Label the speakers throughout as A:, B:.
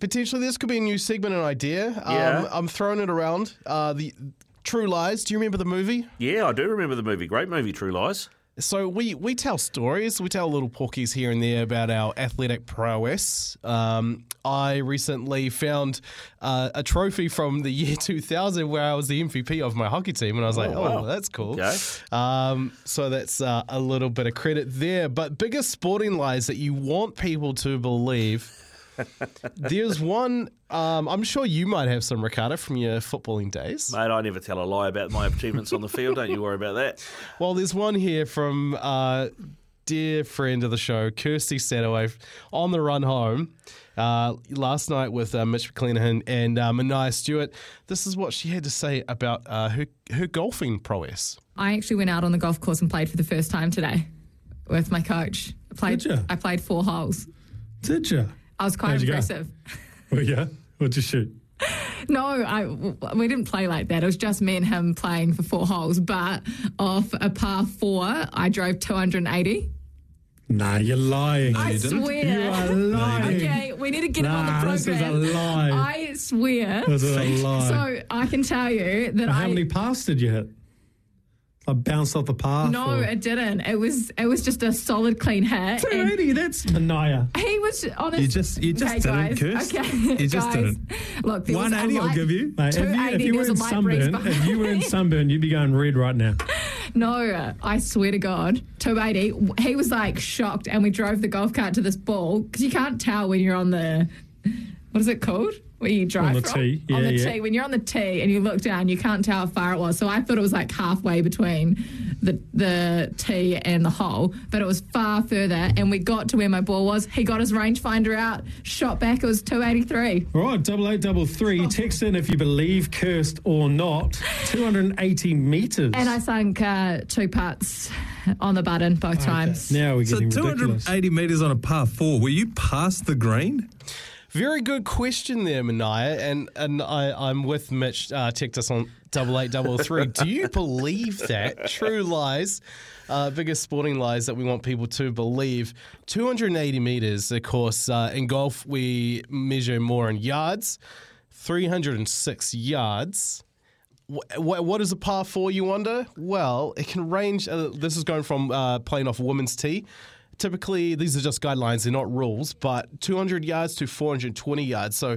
A: Potentially, this could be a new segment and idea.
B: Yeah.
A: Um, I'm throwing it around. Uh, the True Lies. Do you remember the movie?
B: Yeah, I do remember the movie. Great movie, True Lies.
A: So we we tell stories. We tell little porkies here and there about our athletic prowess. Um, I recently found uh, a trophy from the year 2000 where I was the MVP of my hockey team, and I was like,
B: Oh,
A: "Oh,
B: wow.
A: that's cool."
B: Okay.
A: Um, so that's uh, a little bit of credit there. But biggest sporting lies that you want people to believe. There's one. Um, I'm sure you might have some, Ricardo, from your footballing days.
B: Mate, I never tell a lie about my achievements on the field. Don't you worry about that.
A: Well, there's one here from uh, dear friend of the show, Kirsty Sadoway, on the run home uh, last night with uh, Mitch McClenahan and uh, Mania Stewart. This is what she had to say about uh, her, her golfing prowess.
C: I actually went out on the golf course and played for the first time today with my coach. I played,
D: Did ya?
C: I played four holes.
D: Did you?
C: I was quite
D: How'd you go?
C: impressive.
D: Well, yeah. What'd you shoot?
C: No, I, we didn't play like that. It was just me and him playing for four holes. But off a par four, I drove 280.
D: Nah, you're lying.
C: I swear.
D: You are lying.
C: Okay, we need to get it on
D: Nah,
C: the
D: this is a
C: program.
D: lie.
C: I swear.
D: This is a lie.
C: So I can tell you that
D: How
C: I
D: many paths did you hit? I bounced off the path.
C: no,
D: or-
C: it didn't. It was it was just a solid clean hit. and-
D: 280, that's Anaya.
C: He was honest.
E: You just- you just
C: okay,
E: didn't
C: guys.
E: curse.
C: Okay,
E: You just
C: guys.
E: didn't.
C: Look, there was a
E: 180 I'll
C: light-
E: give you.
D: Mate, if you,
C: 280,
D: if you
C: there was
D: were
C: a
D: in
C: light breeze
D: sunburn,
C: behind
D: if you were in sunburn, you'd be going red right now.
C: No, I swear to God, 280. He was like shocked, and we drove the golf cart to this ball because you can't tell when you're on the what is it called? Where you drive
D: the
C: from?
D: tee,
C: on
D: yeah,
C: the
D: yeah.
C: tee. When you're on the tee and you look down, you can't tell how far it was. So I thought it was like halfway between the the tee and the hole, but it was far further. And we got to where my ball was. He got his rangefinder out, shot back. It was 283.
D: All right, double eight, double
C: Oh.
D: three. Text in if you believe cursed or not. 280 meters.
C: And I sunk uh, two putts on the button both times.
D: Now we're
E: So
D: getting ridiculous.
E: 280 metres on a par four. Were you past the green?
A: Very good question there, Mania, and and I, I'm with Mitch. Uh, ticked us on double eight double three. Do you believe that true lies, uh, biggest sporting lies that we want people to believe? Two hundred and eighty meters, of course. Uh, in golf, we measure more in yards. Three hundred and six yards. Wh- wh- What is a par four, you wonder? Well, it can range. Uh, this is going from uh, playing off women's tee. Typically, these are just guidelines, they're not rules, but 200 yards to 420 yards. So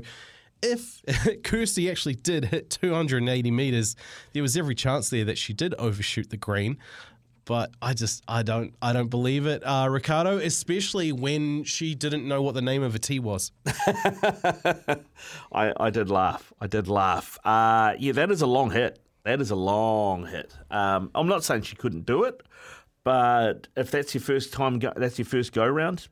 A: if Kirsty actually did hit 280 meters, there was every chance there that she did overshoot the green. But I just I don't I don't believe it, uh, Ricardo. Especially when she didn't know what the name of a tee was.
B: I, I did laugh. I did laugh. Uh, yeah, that is a long hit. That is a long hit. Um, I'm not saying she couldn't do it, but if that's your first time, go, that's your first go round.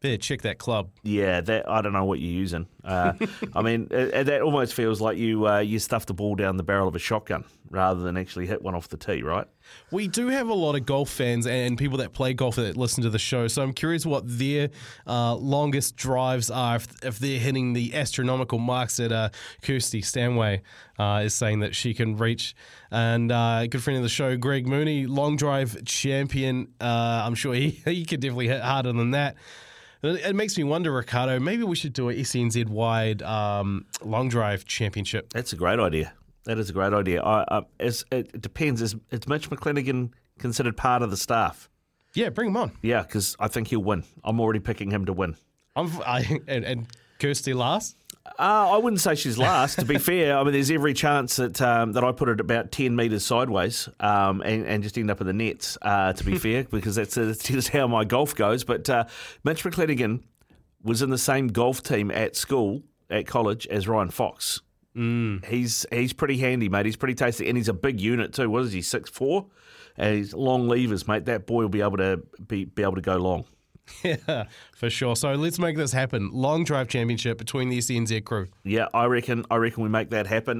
A: There, check that club.
B: Yeah, that I don't know what you're using. Uh, I mean, it, it- that almost feels like you uh, you stuffed the ball down the barrel of a shotgun rather than actually hit one off the tee, right?
A: We do have a lot of golf fans and people that play golf that listen to the show. So I'm curious what their uh, longest drives are if, if they're hitting the astronomical marks that uh, Kirsty Stanway uh, is saying that she can reach. And uh, a good friend of the show, Greg Mooney, long drive champion. Uh, I'm sure he, he could definitely hit harder than that. It it makes me wonder, Ricardo, maybe we should do a SNZ wide um, long drive championship.
B: That's a great idea. That is a great idea. I, I, it's, it, it depends. Is, is Mitch McClanahan considered part of the staff?
A: Yeah, bring him on.
B: Yeah, because I think he'll win. I'm already picking him to win.
A: I'm, I, and, and Kirsty last.
B: Uh, I wouldn't say she's last. To be fair, I mean, there's every chance that um, that I put it about ten meters sideways um, and, and just end up in the nets. Uh, to be fair, because that's, that's just how my golf goes. But uh, Mitch McClanahan was in the same golf team at school at college as Ryan Fox. Mm. He's he's pretty handy, mate. He's pretty tasty, and he's a big unit too. What is he? Six four, and he's long levers, mate. That boy will be able to be, be able to go long.
A: Yeah, for sure. So let's make this happen. Long drive championship between the SNZ crew.
B: Yeah, I reckon. I reckon we make that happen.